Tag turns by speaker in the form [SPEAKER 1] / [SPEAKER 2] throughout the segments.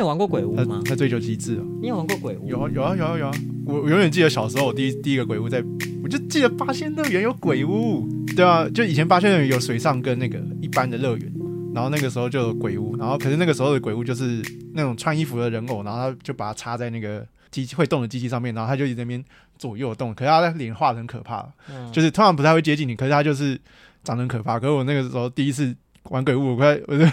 [SPEAKER 1] 有玩过鬼屋吗
[SPEAKER 2] 他？他追求极致哦。
[SPEAKER 1] 你有玩过鬼屋？
[SPEAKER 2] 嗯呃有啊有啊有啊有啊！我我永远记得小时候，我第一第一个鬼屋在，我就记得八仙乐园有鬼屋。对啊，就以前八仙乐园有水上跟那个一般的乐园，然后那个时候就有鬼屋，然后可是那个时候的鬼屋就是那种穿衣服的人偶，然后他就把它插在那个机器会动的机器上面，然后他就一直在那边左右动，可是他的脸画的很可怕，
[SPEAKER 1] 嗯
[SPEAKER 2] 就是通常不太会接近你，可是他就是长得很可怕。可是我那个时候第一次玩鬼屋，我快我就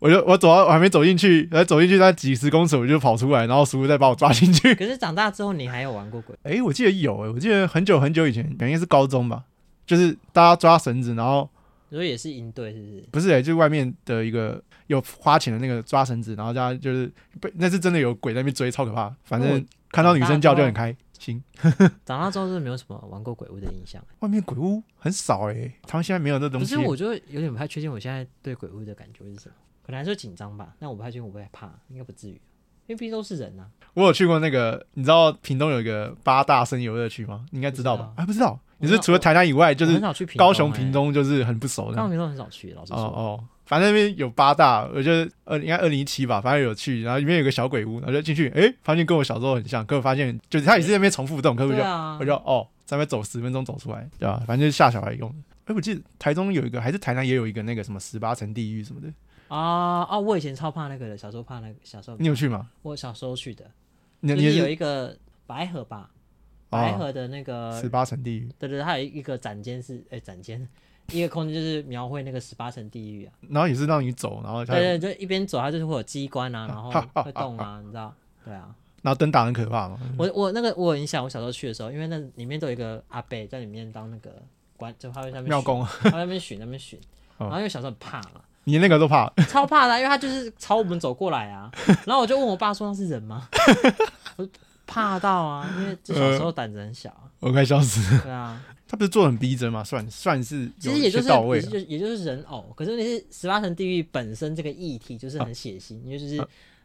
[SPEAKER 2] 我就我走到我还没走进去，然后走进去那几十公尺我就跑出来，然后叔叔再把我抓进去。
[SPEAKER 1] 可是长大之后你还有玩过鬼？
[SPEAKER 2] 诶，我记得有诶、我记得很久很久以前，应该是高中吧，就是大家抓绳子，然后
[SPEAKER 1] 你说也是应对是不是？
[SPEAKER 2] 不是诶、就是外面的一个有花钱的那个抓绳子，然后大家就是被那是真的有鬼在那边追，超可怕。反
[SPEAKER 1] 我
[SPEAKER 2] 正看到女生叫就很开心。
[SPEAKER 1] 长大之后是没有什么玩过鬼屋的印象。
[SPEAKER 2] 外面鬼屋很少诶、他们现在没有这
[SPEAKER 1] 不
[SPEAKER 2] 东西。
[SPEAKER 1] 是，我就有点不太确定我现在对鬼屋的感觉是什么，可能还是会紧张吧，但我不太确定我会不会怕，应该不至于，因为毕竟都是人啊。
[SPEAKER 2] 我有去过那个，你知道屏东有一个八大生游乐区吗？你应该知道吧？
[SPEAKER 1] 不知
[SPEAKER 2] 啊，不知道，
[SPEAKER 1] 我
[SPEAKER 2] 你
[SPEAKER 1] 知道
[SPEAKER 2] 是除了台南以外，就
[SPEAKER 1] 我很
[SPEAKER 2] 是
[SPEAKER 1] 少去屏
[SPEAKER 2] 高雄、
[SPEAKER 1] 欸
[SPEAKER 2] 屏，东，就是很不熟的。
[SPEAKER 1] 高雄
[SPEAKER 2] 哦
[SPEAKER 1] 屏东很少去，老实说。
[SPEAKER 2] 哦，反正那边有八大，我就呃，应该二零一七吧，反正有去，然后里面有个小鬼屋，然后就进去，诶，发现跟我小时候很像，可我发现就是它也是在那边重复动，可我就、
[SPEAKER 1] 对啊
[SPEAKER 2] 我，就哦，在那边走十分钟走出来，对吧、啊反正就是吓小孩用的。哎，我记得台中有一个，还是台南也有一个那个什么十八层地狱什么的，
[SPEAKER 1] 啊哦，我以前超怕那个的，小时候怕那个，小时候
[SPEAKER 2] 你有去吗？
[SPEAKER 1] 我小时候去的，
[SPEAKER 2] 你
[SPEAKER 1] 就
[SPEAKER 2] 你也
[SPEAKER 1] 是有
[SPEAKER 2] 是
[SPEAKER 1] 一个白河吧，白
[SPEAKER 2] 啊，
[SPEAKER 1] 河的那个
[SPEAKER 2] 十八层地狱，
[SPEAKER 1] 对对，它有一个展间是，哎、展间一个空间就是描绘那个十八层地狱啊。
[SPEAKER 2] 然后也是让你走，然后它
[SPEAKER 1] 对对，就一边走它就是会有机关啊， 然后会动啊，你知道？对啊，
[SPEAKER 2] 然后灯打很可怕嘛，
[SPEAKER 1] 我我那个我很想，我小时候去的时候，因为那里面都有一个阿伯在里面当那个关，就他会在那边
[SPEAKER 2] 庙
[SPEAKER 1] 巡，
[SPEAKER 2] 公啊哦
[SPEAKER 1] 他在那边巡那边巡，然后因为小时候很怕嘛，
[SPEAKER 2] 你那个都怕，
[SPEAKER 1] 超怕的啊、因为他就是朝我们走过来啊。然后我就问我爸说那是人吗？ 我就怕到啊，因为就小时候胆子很小啊，
[SPEAKER 2] 我快笑死了。
[SPEAKER 1] 对啊。
[SPEAKER 2] 他不是做得很逼真嘛，算算是
[SPEAKER 1] 其
[SPEAKER 2] 有
[SPEAKER 1] 实也
[SPEAKER 2] 一
[SPEAKER 1] 就
[SPEAKER 2] 些
[SPEAKER 1] 是
[SPEAKER 2] 到位啊
[SPEAKER 1] 也
[SPEAKER 2] 了。
[SPEAKER 1] 就也就是人偶，可是问题是十八层地狱本身这个议题就是很血腥，因为就是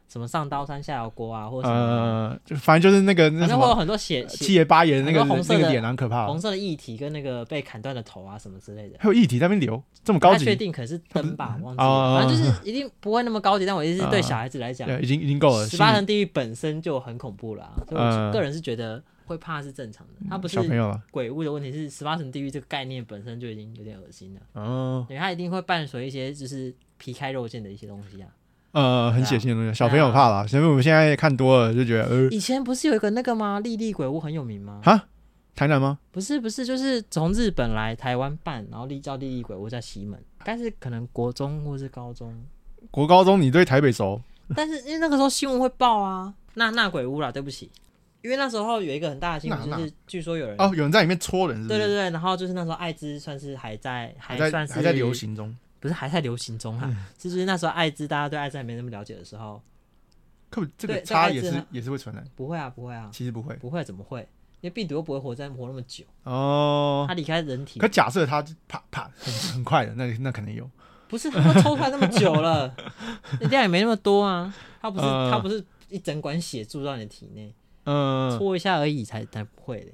[SPEAKER 1] 什么上刀山下油锅啊，或者什么，
[SPEAKER 2] 啊呃，就反正就是那个那
[SPEAKER 1] 反
[SPEAKER 2] 什
[SPEAKER 1] 正会有
[SPEAKER 2] 么呃
[SPEAKER 1] 很多血
[SPEAKER 2] 七
[SPEAKER 1] 血
[SPEAKER 2] 爷八爷的那个
[SPEAKER 1] 很多红色
[SPEAKER 2] 那
[SPEAKER 1] 的
[SPEAKER 2] 个啊脸很可怕，
[SPEAKER 1] 红色的议题跟那个被砍断的头啊什么之类的。
[SPEAKER 2] 还有液体在那边流，这么
[SPEAKER 1] 不
[SPEAKER 2] 高
[SPEAKER 1] 太确
[SPEAKER 2] 级，
[SPEAKER 1] 定，可能是灯吧，忘记
[SPEAKER 2] 啊
[SPEAKER 1] 了。反正就是一定不会那么高级，但我意思是对小孩子来讲，
[SPEAKER 2] 对，已经已经够了。
[SPEAKER 1] 啊十八
[SPEAKER 2] 心
[SPEAKER 1] 层地狱本身就很恐怖了、啊，所以我
[SPEAKER 2] 嗯
[SPEAKER 1] 个人是觉得会怕是正常的。它不
[SPEAKER 2] 小朋
[SPEAKER 1] 是
[SPEAKER 2] 友了，
[SPEAKER 1] 鬼屋的问题，是十八层地狱这个概念本身就已经有点恶心了，
[SPEAKER 2] 嗯
[SPEAKER 1] 因为它一定会伴随一些就是皮开肉绽的一些东西啊。
[SPEAKER 2] 呃，很血腥的
[SPEAKER 1] 啊
[SPEAKER 2] 东西，小朋友怕了。所以我们现在看多了就觉得，呃，
[SPEAKER 1] 以前不是有一个那个吗？丽丽鬼屋很有名吗？
[SPEAKER 2] 哈，台南吗？
[SPEAKER 1] 不是不是，就是从日本来台湾办，然后立叫丽丽鬼屋在西门，但是可能国中或是高中，
[SPEAKER 2] 国高中你对台北熟？
[SPEAKER 1] 但是因为那个时候新闻会报啊，那那鬼屋啦，对不起，因为那时候有一个很大的新闻，
[SPEAKER 2] 那
[SPEAKER 1] 就是据说有人
[SPEAKER 2] 哦，有人在里面戳人，是不
[SPEAKER 1] 对对
[SPEAKER 2] 是？
[SPEAKER 1] 对，然后就是那时候艾滋算是还在，还
[SPEAKER 2] 还在
[SPEAKER 1] 算是
[SPEAKER 2] 还在流，行嗯中。
[SPEAKER 1] 不是还在流行中哈，这就是那时候艾滋大家对艾滋还没那么了解的时候，
[SPEAKER 2] 可这个
[SPEAKER 1] 对
[SPEAKER 2] 差
[SPEAKER 1] 这个
[SPEAKER 2] 也
[SPEAKER 1] 字
[SPEAKER 2] 是
[SPEAKER 1] 呢
[SPEAKER 2] 也是会传染，
[SPEAKER 1] 不会啊，不会啊，
[SPEAKER 2] 其实不会
[SPEAKER 1] 不会怎么会？因为病毒又不会活在活那么久，
[SPEAKER 2] 哦。
[SPEAKER 1] 它离开人体
[SPEAKER 2] 可假设他啪啪很很快的，那那可能有。
[SPEAKER 1] 不是它都抽出来那么久了， 那量也没那么多啊，它不是
[SPEAKER 2] 嗯
[SPEAKER 1] 它不是一整管血注到你的体内，
[SPEAKER 2] 嗯，
[SPEAKER 1] 搓一下而已才才不会嘞。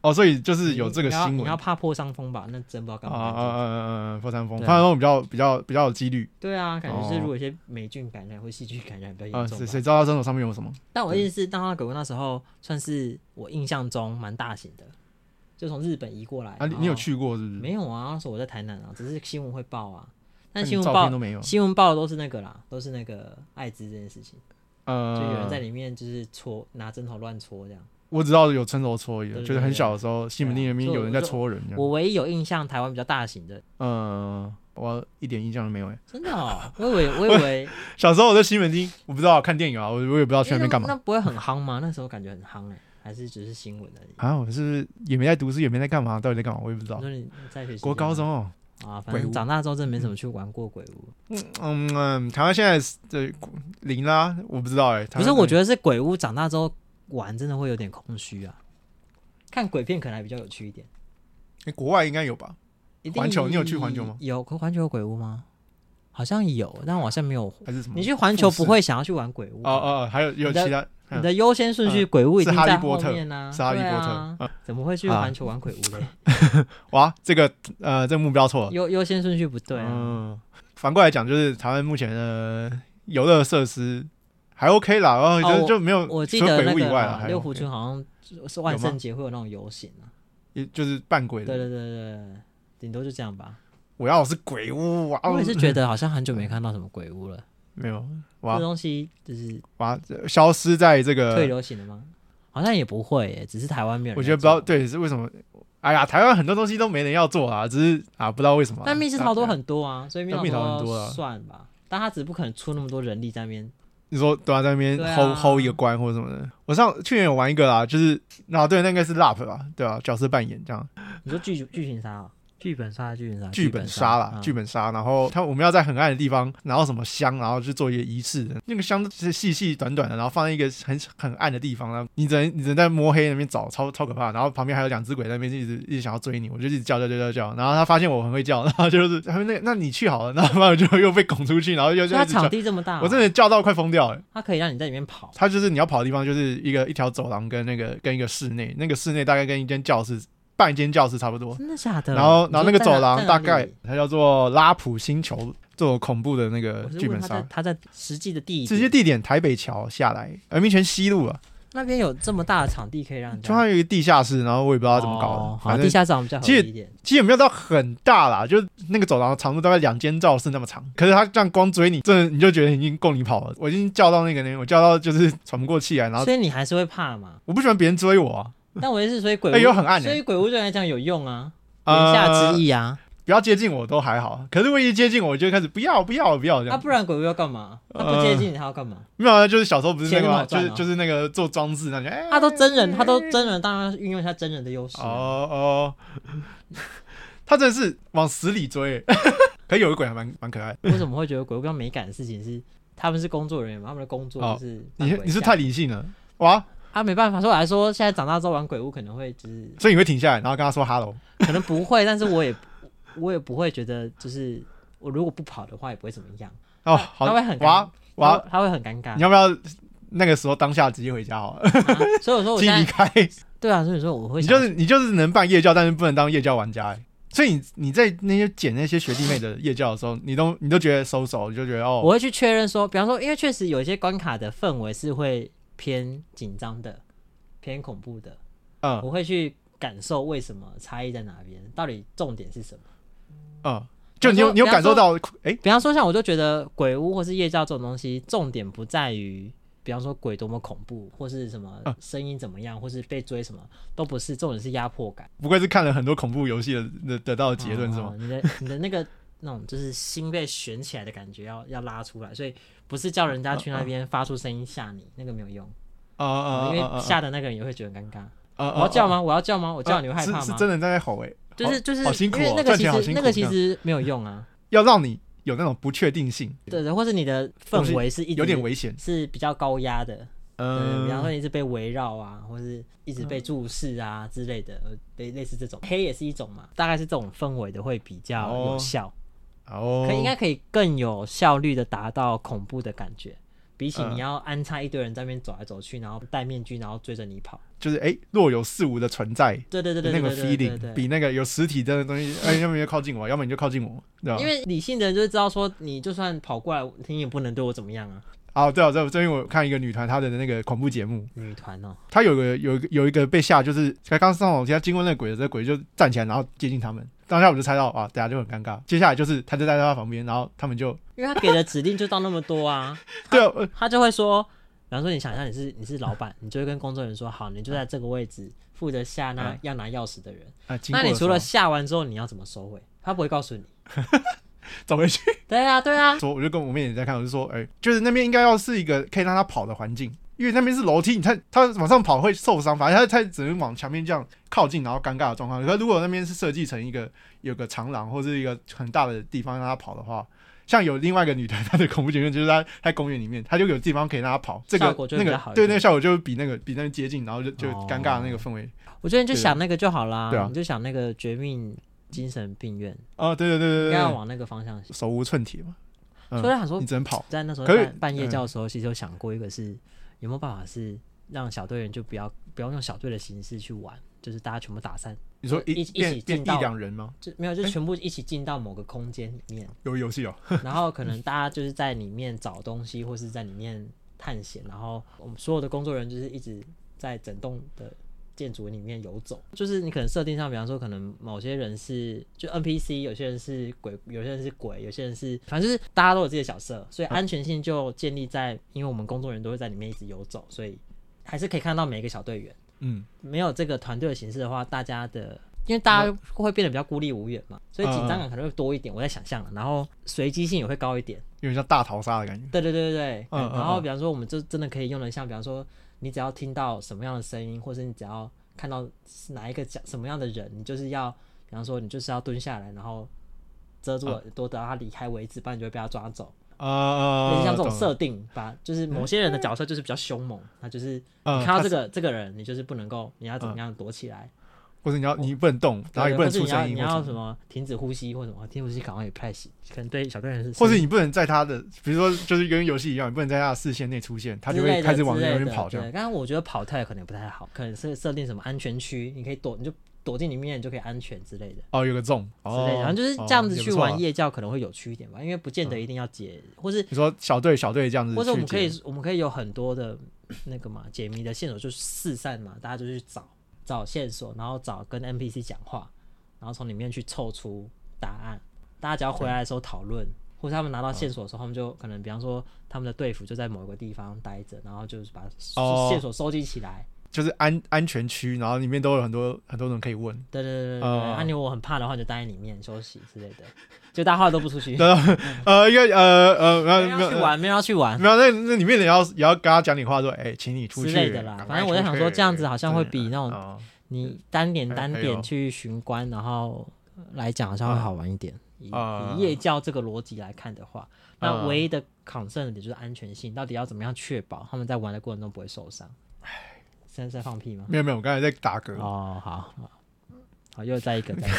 [SPEAKER 2] 哦，所以就是有这个
[SPEAKER 1] 你要
[SPEAKER 2] 新
[SPEAKER 1] 你
[SPEAKER 2] 闻
[SPEAKER 1] 要
[SPEAKER 2] 啊
[SPEAKER 1] 怕破伤风吧？那真不知道
[SPEAKER 2] 啊
[SPEAKER 1] 干
[SPEAKER 2] 啊
[SPEAKER 1] 嘛
[SPEAKER 2] 啊
[SPEAKER 1] 干嘛。
[SPEAKER 2] 啊啊！破伤风，
[SPEAKER 1] 对
[SPEAKER 2] 破
[SPEAKER 1] 啊
[SPEAKER 2] 伤风比较比较比较有几率
[SPEAKER 1] 对啊，感觉是
[SPEAKER 2] 哦
[SPEAKER 1] 如果有些霉菌感染或细菌感染比较
[SPEAKER 2] 啊。
[SPEAKER 1] 严重
[SPEAKER 2] 谁
[SPEAKER 1] 吧。
[SPEAKER 2] 谁知道他身手上面有什么？
[SPEAKER 1] 但我的意思是，当他鬼屋那时候算是我印象中蛮大型的，就从日本移过来。
[SPEAKER 2] 啊，你
[SPEAKER 1] 然后
[SPEAKER 2] 你有？去过是不是？
[SPEAKER 1] 没有啊，那时候我在台南啊，只是新闻会报啊。但
[SPEAKER 2] 看你
[SPEAKER 1] 新闻
[SPEAKER 2] 照片
[SPEAKER 1] 报
[SPEAKER 2] 都没有。
[SPEAKER 1] 新闻报的都是那个啦，都是那个艾滋这件事情，就有人在
[SPEAKER 2] 呃，
[SPEAKER 1] 里面就是戳拿针头乱戳这样。
[SPEAKER 2] 我只知道有伸手搓一
[SPEAKER 1] 对
[SPEAKER 2] 个，
[SPEAKER 1] 对
[SPEAKER 2] 就是很小的时候，西门町那边有人在戳人这样。
[SPEAKER 1] 我唯一有印象台湾比较大型的，
[SPEAKER 2] 嗯，我一点印象都没有哎。
[SPEAKER 1] 真的哦， 我以为我以 为
[SPEAKER 2] 小时候我在西门町，我不知道看电影啊，我我也不知道去那边干
[SPEAKER 1] 因为那
[SPEAKER 2] 嘛
[SPEAKER 1] 那不会很夯吗？那时候感觉很夯哎、还是只是新闻而已。
[SPEAKER 2] 啊，我是不是也没在读书，也没在干嘛，到底在干嘛，我也不知
[SPEAKER 1] 你
[SPEAKER 2] 道。
[SPEAKER 1] 说你在学期间
[SPEAKER 2] 哦国高中哦。
[SPEAKER 1] 啊，反
[SPEAKER 2] 鬼
[SPEAKER 1] 正
[SPEAKER 2] 屋
[SPEAKER 1] 长大之后真的没怎么去玩过鬼屋。
[SPEAKER 2] 嗯嗯，台湾现在是这零啦，我不知道哎、
[SPEAKER 1] 不是，我觉
[SPEAKER 2] 得
[SPEAKER 1] 得是鬼屋长大之后玩真的会有点空虚啊。看鬼片可能还比较有趣一点。
[SPEAKER 2] 国外应该有吧，
[SPEAKER 1] 一定
[SPEAKER 2] 环球你有去环球吗
[SPEAKER 1] 有，可环球有鬼屋吗？好像有，但我好像没有。
[SPEAKER 2] 还是什么？
[SPEAKER 1] 你去环球不会想要去玩鬼屋
[SPEAKER 2] 嗯哦
[SPEAKER 1] 啊？
[SPEAKER 2] 哦，还有有
[SPEAKER 1] 你的
[SPEAKER 2] 其他
[SPEAKER 1] 你的优先顺序鬼屋已经
[SPEAKER 2] 嗯是哈利
[SPEAKER 1] 在
[SPEAKER 2] 波
[SPEAKER 1] 后
[SPEAKER 2] 特
[SPEAKER 1] 面啦、啊。
[SPEAKER 2] 是哈利波特嗯
[SPEAKER 1] 特、怎么会去环球玩鬼屋嘞？
[SPEAKER 2] 哇，这个呃，这个目标错了。
[SPEAKER 1] 优优先
[SPEAKER 2] 嗯
[SPEAKER 1] 顺序不对啊。
[SPEAKER 2] 呃嗯，反过来讲，就是台湾目前的游乐设施还 OK 啦，然后
[SPEAKER 1] 哦
[SPEAKER 2] 就
[SPEAKER 1] 我
[SPEAKER 2] 就没有
[SPEAKER 1] 我记
[SPEAKER 2] 除了
[SPEAKER 1] 得
[SPEAKER 2] 鬼
[SPEAKER 1] 那
[SPEAKER 2] 屋以
[SPEAKER 1] 个
[SPEAKER 2] 外啊
[SPEAKER 1] 啊
[SPEAKER 2] 还
[SPEAKER 1] 六福
[SPEAKER 2] OK
[SPEAKER 1] 村好像是万
[SPEAKER 2] 有吗
[SPEAKER 1] 圣节会有那种游行啊。
[SPEAKER 2] 也就是扮鬼
[SPEAKER 1] 对
[SPEAKER 2] 的。
[SPEAKER 1] 对对对，对顶多就这样吧。
[SPEAKER 2] 我要的是鬼屋，哇！嗯
[SPEAKER 1] 我也是觉得好像很久没看到什么鬼屋了，
[SPEAKER 2] 没有，
[SPEAKER 1] 这
[SPEAKER 2] 嗯哇
[SPEAKER 1] 东西就是
[SPEAKER 2] 哇，消失在这
[SPEAKER 1] 退
[SPEAKER 2] 个，
[SPEAKER 1] 流行的吗？好像也不会耶，只是台湾没有人
[SPEAKER 2] 呃我
[SPEAKER 1] 在
[SPEAKER 2] 觉得不知道
[SPEAKER 1] 做。
[SPEAKER 2] 对是为什么。哎呀，台湾很多东西都没人要做啊，只是啊不知道为什么啊。
[SPEAKER 1] 但密室
[SPEAKER 2] 啊
[SPEAKER 1] 逃脱，很多啊，所以密
[SPEAKER 2] 但密
[SPEAKER 1] 室
[SPEAKER 2] 室逃脱
[SPEAKER 1] 逃
[SPEAKER 2] 很多啊
[SPEAKER 1] 脱算吧。但他只是不可能出那么多人力在那边。
[SPEAKER 2] 你说都要在那边
[SPEAKER 1] 对啊
[SPEAKER 2] hold hold 一个关或者什么的。我上去年有玩一个啦，就是啊对，那个是 LAP 啦，对啊，角色扮演这样。
[SPEAKER 1] 你说剧剧情杀啊？剧本杀，剧本杀，嗯啊
[SPEAKER 2] 剧本杀啦，剧
[SPEAKER 1] 本
[SPEAKER 2] 本杀，然后他我们要在很暗的地方，然后什么香，然后去做一个仪式。那个香是细细短短的，然后放在一个很很暗的地方，然后你只能你只能在摸黑那边找，超超可怕。然后旁边还有两只鬼在那边一直一直想要追你，我就一直叫叫叫叫叫，然后他发现我很会叫， 然后就是他们那那你去好了，然后我就又被拱出去，然后又
[SPEAKER 1] 杀。所以它
[SPEAKER 2] 就一直叫
[SPEAKER 1] 场，地这么大哦，
[SPEAKER 2] 我真的叫到快疯掉了。
[SPEAKER 1] 它可以让你在里面跑。
[SPEAKER 2] 它就是你要跑的地方，就是一个一条走廊跟那个跟一个室内，那个室内大概跟一间教室半间教室差不多，
[SPEAKER 1] 真的假的？
[SPEAKER 2] 然后，然后那个走廊
[SPEAKER 1] 嗯你说在哪
[SPEAKER 2] 大概
[SPEAKER 1] 在哪里
[SPEAKER 2] 它叫做拉普星球，这种恐怖的那个
[SPEAKER 1] 我是
[SPEAKER 2] 呃剧
[SPEAKER 1] 问
[SPEAKER 2] 本
[SPEAKER 1] 他在
[SPEAKER 2] 杀。
[SPEAKER 1] 他在实际的地
[SPEAKER 2] 直接地点台北桥下来，呃，民权西路啊，
[SPEAKER 1] 那边有这么大的场地可以让人家
[SPEAKER 2] 就它有一个地下室，然后我也不知道它怎么搞的，
[SPEAKER 1] 啊哦好，
[SPEAKER 2] 反正
[SPEAKER 1] 地下室我们比较合理一点。
[SPEAKER 2] 其实也没有到很大啦，就是那个走廊的长度大概两间教室那么长，可是它这样光追你，真的你就觉得已经够你跑了。我已经叫到那个那，我叫到就是喘不过气来，然后
[SPEAKER 1] 所以你还是会怕嘛？
[SPEAKER 2] 我不喜欢别人追我啊，
[SPEAKER 1] 但我也是，所以鬼
[SPEAKER 2] 哎
[SPEAKER 1] 屋
[SPEAKER 2] 呦很暗欸
[SPEAKER 1] 所以鬼屋对你来讲有用啊，言下
[SPEAKER 2] 呃
[SPEAKER 1] 之，意啊。
[SPEAKER 2] 不要接近我都还好，可是我一接近我就开始不要不要不要这
[SPEAKER 1] 那啊
[SPEAKER 2] 样。
[SPEAKER 1] 不然鬼屋要干嘛？
[SPEAKER 2] 呃
[SPEAKER 1] 那不接近你还要干嘛？
[SPEAKER 2] 没有，啊，就是小时候不是那个
[SPEAKER 1] 钱那么
[SPEAKER 2] 吗？
[SPEAKER 1] 好
[SPEAKER 2] 就
[SPEAKER 1] 赚
[SPEAKER 2] 是
[SPEAKER 1] 哦
[SPEAKER 2] 就是那个做装置那里，哎，
[SPEAKER 1] 他都真人，他都真人，当然要运用一下真人的优势
[SPEAKER 2] 哦
[SPEAKER 1] 啊。
[SPEAKER 2] 哦， 他真的是往死里追， 可有个鬼还蛮蛮可爱的。
[SPEAKER 1] 为什么会觉得鬼屋比较美感的事情是，他们是工作人员嘛，他们的工作
[SPEAKER 2] 哦
[SPEAKER 1] 就是扮
[SPEAKER 2] 你
[SPEAKER 1] 鬼
[SPEAKER 2] 你是
[SPEAKER 1] 吓
[SPEAKER 2] 太理性了哇，
[SPEAKER 1] 啊，没办法，所以我来说，现在长大之后玩鬼屋可能会就是
[SPEAKER 2] 所以你会停下来，然后跟他说 “hello”。
[SPEAKER 1] 可能不会，但是我也我也不会觉得就是我如果不跑的话也不会怎么样。
[SPEAKER 2] 哦，
[SPEAKER 1] 他
[SPEAKER 2] 好
[SPEAKER 1] 会很尴
[SPEAKER 2] 哇
[SPEAKER 1] 他
[SPEAKER 2] 哇，
[SPEAKER 1] 会他会很尴尬
[SPEAKER 2] 你。要不要那个时候当下直接回家好了？
[SPEAKER 1] 啊所以我说我
[SPEAKER 2] 请
[SPEAKER 1] 现
[SPEAKER 2] 离
[SPEAKER 1] 在
[SPEAKER 2] 开。
[SPEAKER 1] 对啊，所以说我会
[SPEAKER 2] 你
[SPEAKER 1] 想
[SPEAKER 2] 就是你就是能办夜教，但是不能当夜教玩家哎。所以你你在那些捡那些学弟妹的夜教的时候，你都你都觉得收手，你就觉得哦
[SPEAKER 1] 我会去确认说，比方说，因为确实有一些关卡的氛围是会偏紧张的，偏恐怖的，
[SPEAKER 2] 嗯
[SPEAKER 1] 我会去感受为什么差异在哪边，到底重点是什么。
[SPEAKER 2] 嗯，就你有你有
[SPEAKER 1] 比
[SPEAKER 2] 感
[SPEAKER 1] 方说
[SPEAKER 2] 受到哎
[SPEAKER 1] 比方说，像我就觉得鬼屋或是夜教这种东西，重点不在于，比方说鬼多么恐怖，或是什么
[SPEAKER 2] 嗯
[SPEAKER 1] 声音怎么样，或是被追什么，都不是，重点是压迫感。
[SPEAKER 2] 不愧是看了很多恐怖游戏的的得到的结论是
[SPEAKER 1] 哦
[SPEAKER 2] 吗？
[SPEAKER 1] 你的你的那个那种就是心被悬起来的感觉要要拉出来，所以不是叫人家去那边发出声音吓你，那个没有用，
[SPEAKER 2] 啊啊啊！
[SPEAKER 1] 因
[SPEAKER 2] 啊
[SPEAKER 1] 为吓的那个人也会觉得很尴尬。
[SPEAKER 2] 啊啊
[SPEAKER 1] 我要叫
[SPEAKER 2] 啊
[SPEAKER 1] 吗？我要叫吗？我
[SPEAKER 2] 我
[SPEAKER 1] 叫你会害怕
[SPEAKER 2] 是
[SPEAKER 1] 吗
[SPEAKER 2] 是？真的在那吼哎、
[SPEAKER 1] 就是就是
[SPEAKER 2] 好辛苦哦
[SPEAKER 1] 因为那个
[SPEAKER 2] 赚钱好
[SPEAKER 1] 其
[SPEAKER 2] 辛
[SPEAKER 1] 实
[SPEAKER 2] 苦
[SPEAKER 1] 那个其实没有用啊，
[SPEAKER 2] 要让你有那种不确定性，
[SPEAKER 1] 对对，或是你的氛围是一直
[SPEAKER 2] 有点危险。
[SPEAKER 1] 是比较高压的，对，
[SPEAKER 2] 嗯
[SPEAKER 1] 比方说你一直被围绕啊，或是一直被注视啊之类的，呃类类似这种黑也是一种嘛，大概是这种氛围的会比较
[SPEAKER 2] 哦
[SPEAKER 1] 有效。
[SPEAKER 2] 哦，
[SPEAKER 1] 可以应该可以更有效率的达到恐怖的感觉，比起
[SPEAKER 2] 嗯
[SPEAKER 1] 你要安插一堆人在那边走来走去，然后戴面具，然后追着你跑。
[SPEAKER 2] 就是哎、若有似无的存在
[SPEAKER 1] 对对对
[SPEAKER 2] 的
[SPEAKER 1] 对
[SPEAKER 2] 那
[SPEAKER 1] 对
[SPEAKER 2] 个
[SPEAKER 1] 对对对
[SPEAKER 2] feeling，
[SPEAKER 1] 对
[SPEAKER 2] 比那个有实体的 东西，哎、要么你就靠近我，要么你就靠近我，对吧
[SPEAKER 1] 因？为理性的人就知道说，你就算跑过来，你也不能对我怎么样啊。
[SPEAKER 2] 啊，对啊，对啊，最近我看一个女团她的那个恐怖节目，
[SPEAKER 1] 女团 哦，
[SPEAKER 2] 她有个有一个有一个被吓，就是她刚上网，她经过那个鬼的，这个鬼就站起来，然后接近他们。当下我就猜到啊，大家就很尴尬。接下来就是她就站在她旁边，然后他们就
[SPEAKER 1] 因为他给的指令就到那么多啊，
[SPEAKER 2] 对啊，呃
[SPEAKER 1] 他就会说，比方说你想象你是你是老板，你就会跟工作人员说，好，你就在这个位置负责吓那
[SPEAKER 2] 嗯
[SPEAKER 1] 要拿钥匙哎的人。
[SPEAKER 2] 啊，经
[SPEAKER 1] 那
[SPEAKER 2] 过
[SPEAKER 1] 你
[SPEAKER 2] 的时
[SPEAKER 1] 除
[SPEAKER 2] 候
[SPEAKER 1] 了吓完之后，你要怎么收尾？他不会告诉你。
[SPEAKER 2] 走回去。
[SPEAKER 1] 对啊，对啊，
[SPEAKER 2] 说，我就跟我妹也在看，我就说，哎、就是那边应该要是一个可以让她跑的环境，因为那边是楼梯，你看她往上跑会受伤，反正她她只能往墙边这样靠近，然后尴尬的状况。可是如果那边是设计成一个有个长廊或是一个很大的地方让她跑的话。像有另外一个女团，她的恐怖节目就是她在公园里面，她就有地方可以让她跑，这个
[SPEAKER 1] 效果就
[SPEAKER 2] 那
[SPEAKER 1] 会比
[SPEAKER 2] 个
[SPEAKER 1] 较好一
[SPEAKER 2] 对
[SPEAKER 1] 点
[SPEAKER 2] 那个效果就比那个比那个接近，然后就就
[SPEAKER 1] 哦
[SPEAKER 2] 尴尬的那个氛围。
[SPEAKER 1] 我觉得你就
[SPEAKER 2] 对
[SPEAKER 1] 想那个就好啦，
[SPEAKER 2] 对啊
[SPEAKER 1] 你就想那个绝命精神病院，
[SPEAKER 2] 哦，对对对
[SPEAKER 1] 应
[SPEAKER 2] 对
[SPEAKER 1] 该要
[SPEAKER 2] 对，
[SPEAKER 1] 往那个方向想。
[SPEAKER 2] 手无寸铁嘛，嗯
[SPEAKER 1] 所以想说
[SPEAKER 2] 你，只能跑。
[SPEAKER 1] 在那时候
[SPEAKER 2] 可是
[SPEAKER 1] 办半夜教的时候，其实有想过一个是有没有办法是让小队员就不要不要用小队的形式去玩，就是大家全部打散，
[SPEAKER 2] 你说
[SPEAKER 1] 一
[SPEAKER 2] 一
[SPEAKER 1] 一起
[SPEAKER 2] 变变
[SPEAKER 1] 进
[SPEAKER 2] 一
[SPEAKER 1] 到
[SPEAKER 2] 两人吗？
[SPEAKER 1] 就没有就
[SPEAKER 2] 诶
[SPEAKER 1] 全部一起进到某个空间里面，
[SPEAKER 2] 有游戏哦，
[SPEAKER 1] 然后可能大家就是在里面找东西，或是在里面探险，然后我们所有的工作人员就是一直在整栋的建筑里面游走。就是你可能设定上，比方说，可能某些人是就 NPC，有些人是鬼，有些人是鬼，有些人是，反正就是大家都有自己的角色，所以安全性就建立在，因为我们工作人员都会在里面一直游走，所以还是可以看到每一个小队员。
[SPEAKER 2] 嗯，
[SPEAKER 1] 没有这个团队的形式的话，大家的因为大家会变得比较孤立无援嘛，所以紧张感可能会多一点。我在想象了，然后随机性也会高一点。
[SPEAKER 2] 有点像大逃杀的感觉。
[SPEAKER 1] 对对对对对。
[SPEAKER 2] 嗯嗯
[SPEAKER 1] 然后
[SPEAKER 2] 嗯
[SPEAKER 1] 比方说，我们就真的可以用得像，比方说，你只要听到什么样的声音，或是你只要看到是哪一个讲什么样的人，你就是要，比方说，你就是要蹲下来，然后遮住耳朵，等到他离开为止，不然你就会被他抓走。有
[SPEAKER 2] 啊，
[SPEAKER 1] 点像这种
[SPEAKER 2] 懂了，
[SPEAKER 1] 设定，把就是某些人的角色就是比较凶猛，他就是
[SPEAKER 2] 嗯
[SPEAKER 1] 你看到
[SPEAKER 2] 他
[SPEAKER 1] 这个这个人，你就是不能够，你要怎么样躲起来。
[SPEAKER 2] 或者你要你不能动，然后也不能
[SPEAKER 1] 对
[SPEAKER 2] 出
[SPEAKER 1] 或者
[SPEAKER 2] 声
[SPEAKER 1] 你
[SPEAKER 2] 音，
[SPEAKER 1] 要你
[SPEAKER 2] 或
[SPEAKER 1] 要
[SPEAKER 2] 者
[SPEAKER 1] 什么停止呼吸或什么，停止呼吸好像也不太行，可能对小队员是，
[SPEAKER 2] 或者你不能在他的，比如说就是跟游戏一样，你不能在他的视线内出现，他就
[SPEAKER 1] 之类
[SPEAKER 2] 会
[SPEAKER 1] 的
[SPEAKER 2] 开始往
[SPEAKER 1] 之类
[SPEAKER 2] 那边
[SPEAKER 1] 的
[SPEAKER 2] 跑这样。
[SPEAKER 1] 对，刚刚我觉得跑跳可能也不太好，可能是设定什么安全区，你可以躲，你就躲进里面，你就可以安全之类的。
[SPEAKER 2] 哦，有个重，
[SPEAKER 1] 之类
[SPEAKER 2] 哦
[SPEAKER 1] 的，，然后就是这样子去玩
[SPEAKER 2] 哦。也不错啊嗯
[SPEAKER 1] 夜教可能会有趣一点吧，因为不见得一定要解，或是
[SPEAKER 2] 你说小队小队这样子，
[SPEAKER 1] 或者我们可以，我们可以有很多的那个嘛解谜的线索，就是四散嘛，大家就去找找线索，然后找跟 NPC 讲话，然后从里面去凑出答案。大家只要回来的时候讨论，或者他们拿到线索的时候，他们就可能，比方说他们的队服就在某一个地方待着，然后就是把
[SPEAKER 2] 哦
[SPEAKER 1] 线索收集起来。
[SPEAKER 2] 就是安安全区，然后里面都有很多很多人可以问，
[SPEAKER 1] 对对对对对，
[SPEAKER 2] 哦
[SPEAKER 1] 啊，你如果很怕的话，你就待在里面休息之类的，就大家后来都不出去，没
[SPEAKER 2] 呃，因为呃呃没
[SPEAKER 1] 有
[SPEAKER 2] 有
[SPEAKER 1] 人
[SPEAKER 2] 没
[SPEAKER 1] 要去
[SPEAKER 2] 有
[SPEAKER 1] 玩，没有人要去玩。
[SPEAKER 2] 没有，那那里面的也要也要跟他讲点话，说哎，请你出
[SPEAKER 1] 之
[SPEAKER 2] 去
[SPEAKER 1] 类的啦
[SPEAKER 2] 赶快
[SPEAKER 1] 反正我在想说
[SPEAKER 2] 出去
[SPEAKER 1] 这样子好像会比
[SPEAKER 2] 对
[SPEAKER 1] 那种
[SPEAKER 2] 哦
[SPEAKER 1] 你单点单
[SPEAKER 2] 还有
[SPEAKER 1] 点去巡官，然后来讲好像会好玩一点。以
[SPEAKER 2] 啊
[SPEAKER 1] 以夜教这个逻辑来看的话，
[SPEAKER 2] 啊
[SPEAKER 1] 那唯一的 concern 的点就是安全性，到底要怎么样确保他们在玩的过程中不会受伤？现在在放屁吗？
[SPEAKER 2] 没有没有，我刚才在打嗝。
[SPEAKER 1] 哦，好，好，好，又再一个，再一个